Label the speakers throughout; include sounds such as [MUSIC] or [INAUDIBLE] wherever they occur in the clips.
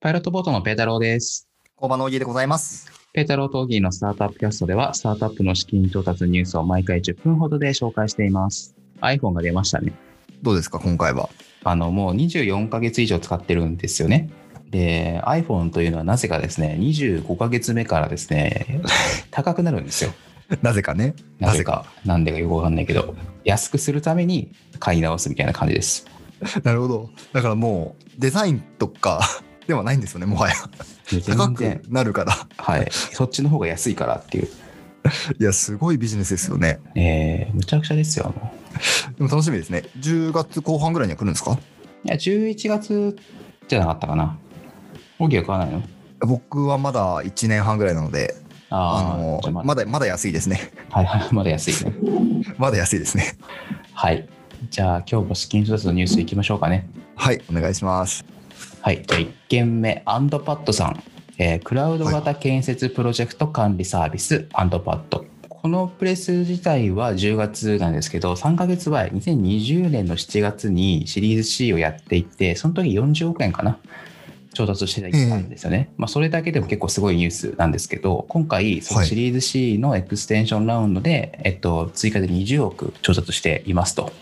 Speaker 1: パイロットボートのペータローです。
Speaker 2: 工場のおぎでございます。
Speaker 1: ペータローとオギーのスタートアップキャストでは、スタートアップの資金調達ニュースを毎回10分ほどで紹介しています。iPhone が出ましたね。
Speaker 2: どうですか、今回は。
Speaker 1: あの、もう24ヶ月以上使ってるんですよね。で、iPhone というのはなぜかですね、25ヶ月目からですね、 [LAUGHS] 高くなるんですよ。
Speaker 2: [LAUGHS] なぜかね。
Speaker 1: なぜか。なんでかよくわかんないけど、安くするために買い直すみたいな感じです。
Speaker 2: なるほど。だからもう、デザインとか [LAUGHS] ではないんですよね、もはや。
Speaker 1: 全
Speaker 2: 高く
Speaker 1: 然、
Speaker 2: なるから。
Speaker 1: はい。そっちの方が安いからっていう。
Speaker 2: いや、すごいビジネスですよね。
Speaker 1: えー、むちゃくちゃですよ。もう
Speaker 2: でも楽しみですね。10月後半ぐらいには来るんですか
Speaker 1: いや、11月じゃなかったかな。オギは買わないの
Speaker 2: 僕はまだ1年半ぐらいなので、あ
Speaker 1: あ
Speaker 2: の
Speaker 1: ー、
Speaker 2: まだ、まだ安いですね。
Speaker 1: はいはい、まだ安いね。
Speaker 2: [LAUGHS] まだ安いですね。
Speaker 1: はい。じゃあ、今日も資金調達のニュースいきましょうかね。
Speaker 2: はい、お願いします。
Speaker 1: はい。じゃあ、1件目、アンドパッドさん。えークラウド型建設プロジェクト管理サービス、アンドパッド。このプレス自体は10月なんですけど、3ヶ月前、2020年の7月にシリーズ C をやっていて、その時40億円かな。調達をしてたんですよね、まあ、それだけでも結構すごいニュースなんですけど今回そのシリーズ C のエクステンションラウンドで、えっと、追加で20億調達していますと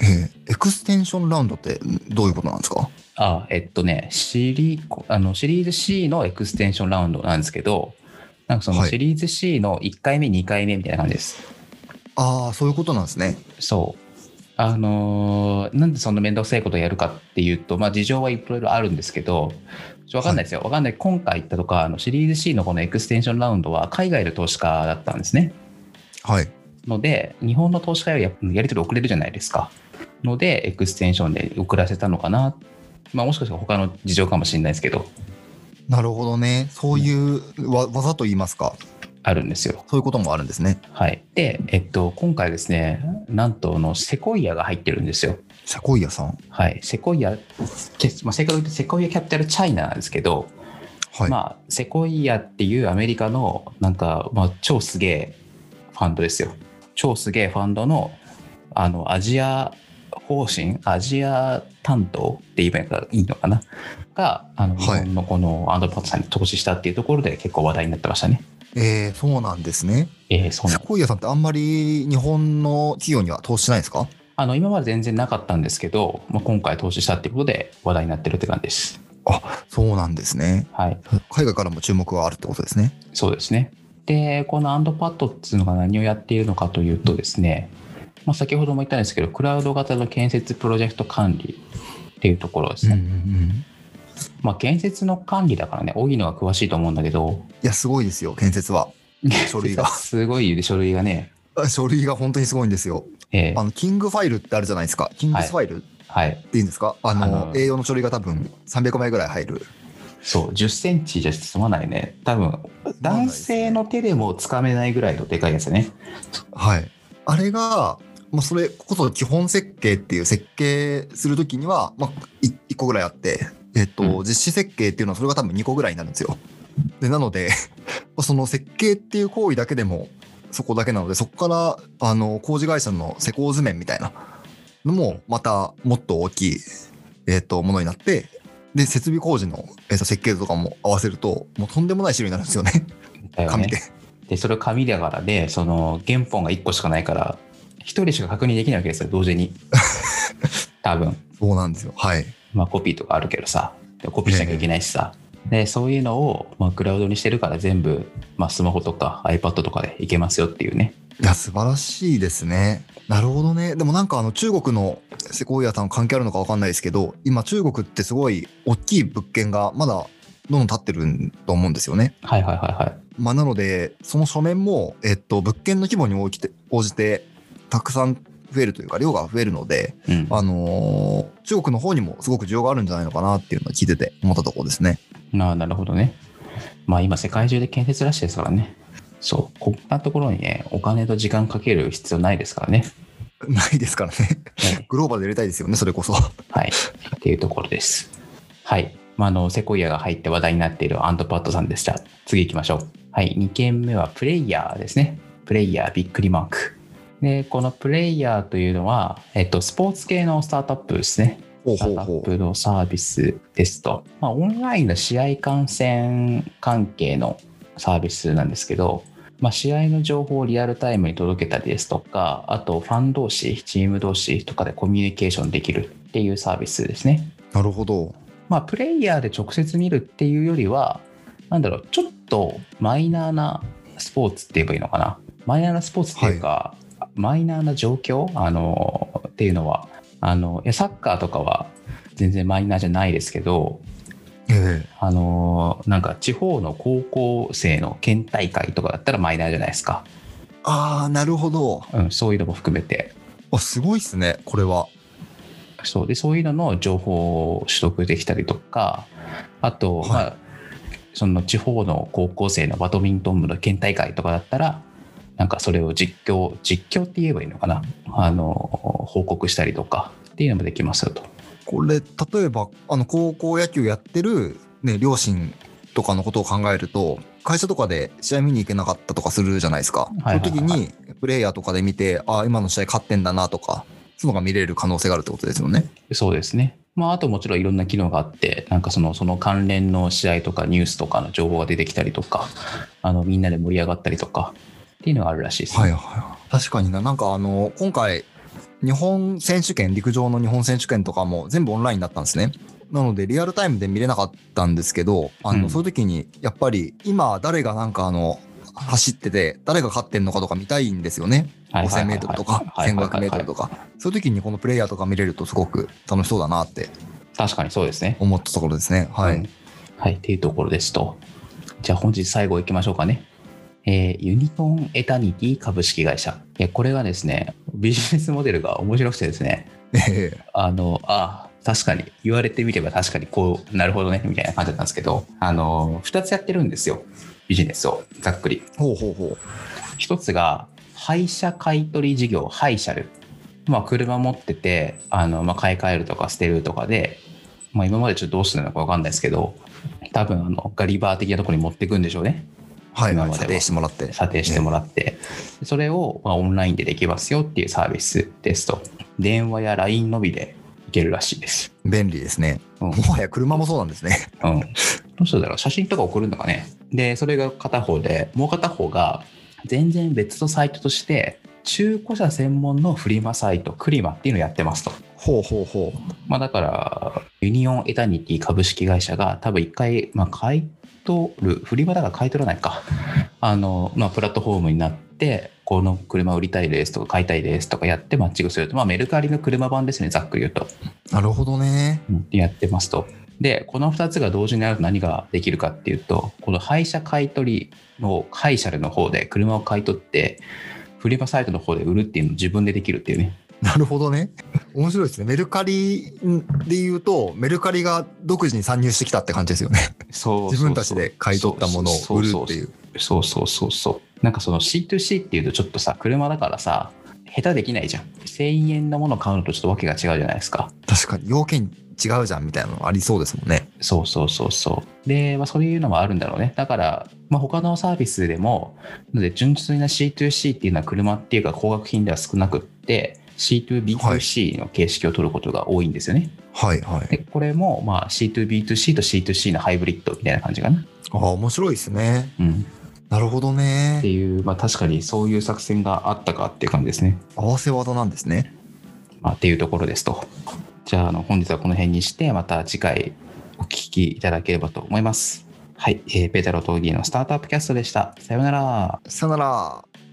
Speaker 2: えーエクステンションラウンドってどういうことなんですか
Speaker 1: あえっとねシリあのシリーズ C のエクステンションラウンドなんですけどなんかその
Speaker 2: はい
Speaker 1: シリーズ C の1回目2回目みたいな感じです、
Speaker 2: ああ、そういうことなんですね。
Speaker 1: そうあのーなんでそんな面倒くさいことをやるかっていうと、まあ、事情はいろいろあるんですけどちょわかんないですよわかんない今回言ったとかあのシリーズ C のこのエクステンションラウンドは海外の投資家だったんですね
Speaker 2: はい。
Speaker 1: ので日本の投資家よりややり取り遅れるじゃないですかのでエクステンションで遅らせたのかな、まあ、もしかしたら他の事情かもしれないですけど
Speaker 2: なるほどね。そういうわ技と言いますか、
Speaker 1: あるんですよ。
Speaker 2: そういうこともあるんですね。
Speaker 1: はい、で、えっと、今回ですね、なんとあのセコイアが入ってるんですよ。
Speaker 2: セコイアさん。
Speaker 1: はい、セコイア、けまあ、正確に言うとセコイアキャピタルチャイナなんですけど、
Speaker 2: はい。
Speaker 1: まあ、セコイアっていうアメリカのなんか、まあ、超すげえファンドですよ。超すげえファンドのあのアジア方針、アジア担当って言えばいいのかいいのかなが、あの日
Speaker 2: はい
Speaker 1: 本のこのアンドパッドさんに投資したっていうところで結構話題になってましたね。
Speaker 2: えー、そうなんですね。
Speaker 1: えー、そうなん
Speaker 2: セコイアさんってあんまり日本の企業には投資しないんですか
Speaker 1: あの今まで全然なかったんですけど、まあ、今回投資したっていうことで話題になってるって感じです。
Speaker 2: そうなんですね。
Speaker 1: はい、
Speaker 2: 海外からも注目があるってことですね。
Speaker 1: そうですね。で、このアンドパッドっていうのが何をやっているのかというとですね、まあ、先ほども言ったんですけど、クラウド型の建設プロジェクト管理っていうところですね。
Speaker 2: ん。
Speaker 1: まあ、建設の管理だからね、荻野が詳しいと思うんだけど、
Speaker 2: いや、すごいですよ、
Speaker 1: [LAUGHS]
Speaker 2: 建設は。書類が。 [LAUGHS]
Speaker 1: すごい書類がね、
Speaker 2: 書類が本当にすごいんですよ。
Speaker 1: え
Speaker 2: あ
Speaker 1: ー
Speaker 2: の、キングファイルってあるじゃないですか。キングスファイルって
Speaker 1: はい、
Speaker 2: 言うんですか、あの、
Speaker 1: あの
Speaker 2: A4 の書類が多分300枚ぐらい入る。
Speaker 1: そう、10センチじゃ済まないね。多分、男性の手でもつかめないぐらいのでかいやつね。
Speaker 2: はい。あれが、まあ、それこそ基本設計っていう設計するときには、まあ、い1個ぐらいあって、えっと、
Speaker 1: う
Speaker 2: 実施設計っていうのはそれが多分2個ぐらいになるんですよ。で、なので、 [LAUGHS] その設計っていう行為だけでも、そこだけなので、そこから、あの、工事会社の施工図面みたいなのも、またもっと大きい、えっと、ものになって、で、設備工事の、えっと、設計図とかも合わせると、もうとんでもない種類になるんですよね、
Speaker 1: だよね
Speaker 2: 紙で。
Speaker 1: でそれを紙だからでその原本が1個しかないから1人しか確認できないわけですよ同時に多分
Speaker 2: そうなんですよ。はい。
Speaker 1: まあコピーとかあるけどさでコピーしなきゃいけないしさ、でそういうのを、まあ、クラウドにしてるから全部、まあ、スマホとか iPad とかでいけますよっていうね
Speaker 2: いや、素晴らしいですね。なるほどね。でもなんかあの中国のセコイアさん関係あるのかわかんないですけど、今中国ってすごい大きい物件がまだどんどん建ってると思うんですよね。
Speaker 1: はいはいはいはい
Speaker 2: まあなので、その書面も、えっと、物件の規模に応じて、応じてたくさん増えるというか、量が増えるので、
Speaker 1: うん、
Speaker 2: あのー中国の方にもすごく需要があるんじゃないのかなっていうのを聞いてて思ったところですね。
Speaker 1: なあなるほどねまあ今世界中で建設らしいですからねそうこんなところにねお金と時間かける必要ないですからね、
Speaker 2: ないですからね。
Speaker 1: ね
Speaker 2: グローバルでやりたいですよね、それこそ。
Speaker 1: はい。っていうところです。はい。まあ、あの、セコイアが入って話題になっているアンドパッドさんでした。次行きましょう。はい。2件目はプレイヤーですね。プレイヤーびっくりマーク。で、このプレイヤーというのは、えっと、スポーツ系のスタートアップですね。
Speaker 2: ほう
Speaker 1: スター
Speaker 2: ほう
Speaker 1: トア
Speaker 2: ほ
Speaker 1: ップのサービスですと、まあ、オンラインの試合観戦関係のサービスなんですけど、まあ、試合の情報をリアルタイムに届けたりですとか、あとファン同士、チーム同士とかでコミュニケーションできるっていうサービスですね。
Speaker 2: う。なるほど。
Speaker 1: まあ、プレイヤーで直接見るっていうよりは、なんだろう、ちょっとマイナーなスポーツって言えばいいのかな。マイナーなスポーツっていうか、マイナーな状況あのっていうのはあの、いやサッカーとかは全然マイナーじゃないですけど、
Speaker 2: ええ
Speaker 1: あのなんか地方の高校生の県大会とかだったらマイナーじゃないですか、
Speaker 2: ああ、なるほど。
Speaker 1: うん、そういうのも含めて
Speaker 2: あ、すごいっすね、これは。
Speaker 1: そうでそういうのの情報を取得できたりとかあと、
Speaker 2: はい
Speaker 1: まあ、その地方の高校生のバドミントン部の県大会とかだったらなんかそれを実況実況って言えばいいのかなあの報告したりとかっていうのもできますよと。
Speaker 2: これ、例えば、あの、高校野球やってる、ね、両親とかのことを考えると、会社とかで試合見に行けなかったとかするじゃないですか。
Speaker 1: はいはいはい
Speaker 2: その時に、プレイヤーとかで見て、ああ、今の試合勝ってんだなとか、そういうのが見れる可能性があるってことですよね。
Speaker 1: そうですね。まあ、あともちろんいろんな機能があって、なんかそのその関連の試合とかニュースとかの情報が出てきたりとか、あのみんなで盛り上がったりとかっていうのがあるらしいです、ね。
Speaker 2: はいはい。確かにな、なんかあの、今回、日本選手権、陸上の日本選手権とかも全部オンラインだったんですね。なので、リアルタイムで見れなかったんですけど、あの、
Speaker 1: うん
Speaker 2: そういう時に、やっぱり、今、誰がなんかあの、走ってて、誰が勝ってんのかとか見たいんですよね。
Speaker 1: はいはい
Speaker 2: 5000
Speaker 1: は
Speaker 2: メ
Speaker 1: い
Speaker 2: ートルとか、
Speaker 1: はいはいはい
Speaker 2: 1500メートルとか。そういう時にこのプレイヤーとか見れるとすごく楽しそうだなって
Speaker 1: 確かにそうですね。
Speaker 2: 思ったところですね。は
Speaker 1: うん
Speaker 2: い。
Speaker 1: はい、っていうところですと。じゃあ本日最後行きましょうかね。えーユニコーンエタニティ株式会社。いやこれがですね、ビジネスモデルが面白くてですね、
Speaker 2: え
Speaker 1: あの、ああ、確かに、言われてみれば確かにこう、なるほどね、みたいな感じだったんですけど、あの、2つやってるんですよ、ビジネスを、ざっくり。
Speaker 2: えほうほうほう。
Speaker 1: 1つが、廃車買取事業、廃車ル。まあ、車持ってて、あの、まあ、買い替えるとか捨てるとかで、まあ、今までちょっとどうしてたのか分かんないですけど、多分、あの、ガリバー的なところに持っていくんでしょうね。
Speaker 2: はい
Speaker 1: 今
Speaker 2: は
Speaker 1: ま
Speaker 2: い。
Speaker 1: では
Speaker 2: 査定してもらって。
Speaker 1: 査定してもらって、それをまあオンラインでできますよっていうサービスですと、電話や LINE のみでいけるらしいです。
Speaker 2: 便利ですね。
Speaker 1: うん
Speaker 2: もはや車もそうなんですね。
Speaker 1: うん、どうしたんだろう写真とか送るのかねでそれが片方でもう片方が全然別のサイトとして中古車専門のフリマサイトクリマっていうのをやってますと、
Speaker 2: ほうほうほう。
Speaker 1: まあ、だからユニオンエタニティ株式会社が多分一回、まあ、買い取るフリマだから買い取らないか [LAUGHS] あの、まあ、プラットフォームになってこの車売りたいですとか買いたいですとかやってマッチングすると、まあ、メルカリの車版ですねざっくり言うと
Speaker 2: なるほどね。 [LAUGHS]
Speaker 1: やってますと。で、この2つが同時にあると何ができるかっていうと、この廃車買い取りを廃車での方で車を買い取って、フリマサイトの方で売るっていうのを自分でできるっていうね。
Speaker 2: なるほどね。面白いですね。メルカリで言うと、メルカリが独自に参入してきたって感じですよね。
Speaker 1: そ
Speaker 2: 自分たちで買い取ったものを売るっていう。
Speaker 1: そうそうそうそう。なんかその C2C っていうとちょっとさ、車だからさ、下手できないじゃん。1000円のもの買うのとちょっとわけが違うじゃないですか。
Speaker 2: 確かに要件違うじゃんみたいなのありそうですもんね。
Speaker 1: そうそうそうそう。で、まあ、そういうのもあるんだろうね。だから、まあ、他のサービスでも、なので純粋な C2C っていうのは車っていうか高額品では少なくって、C2B2C の形式を取ることが多いんですよね。
Speaker 2: はいはい。
Speaker 1: で、これも、まあ、C2B2C と C2C のハイブリッドみたいな感じかな。
Speaker 2: ああ、面白いですね。
Speaker 1: うん。
Speaker 2: なるほど
Speaker 1: って
Speaker 2: ね。
Speaker 1: いう、まあ、確かにそういう作戦があったかっていう感じですね。
Speaker 2: 合わせ技なんですね。
Speaker 1: まあ、っていうところですと。じゃあ、あの本日はこの辺にして、また次回お聞きいただければと思います。はい、えーペータロー・トーギーのスタートアップキャストでした。さようなら。
Speaker 2: さよなら。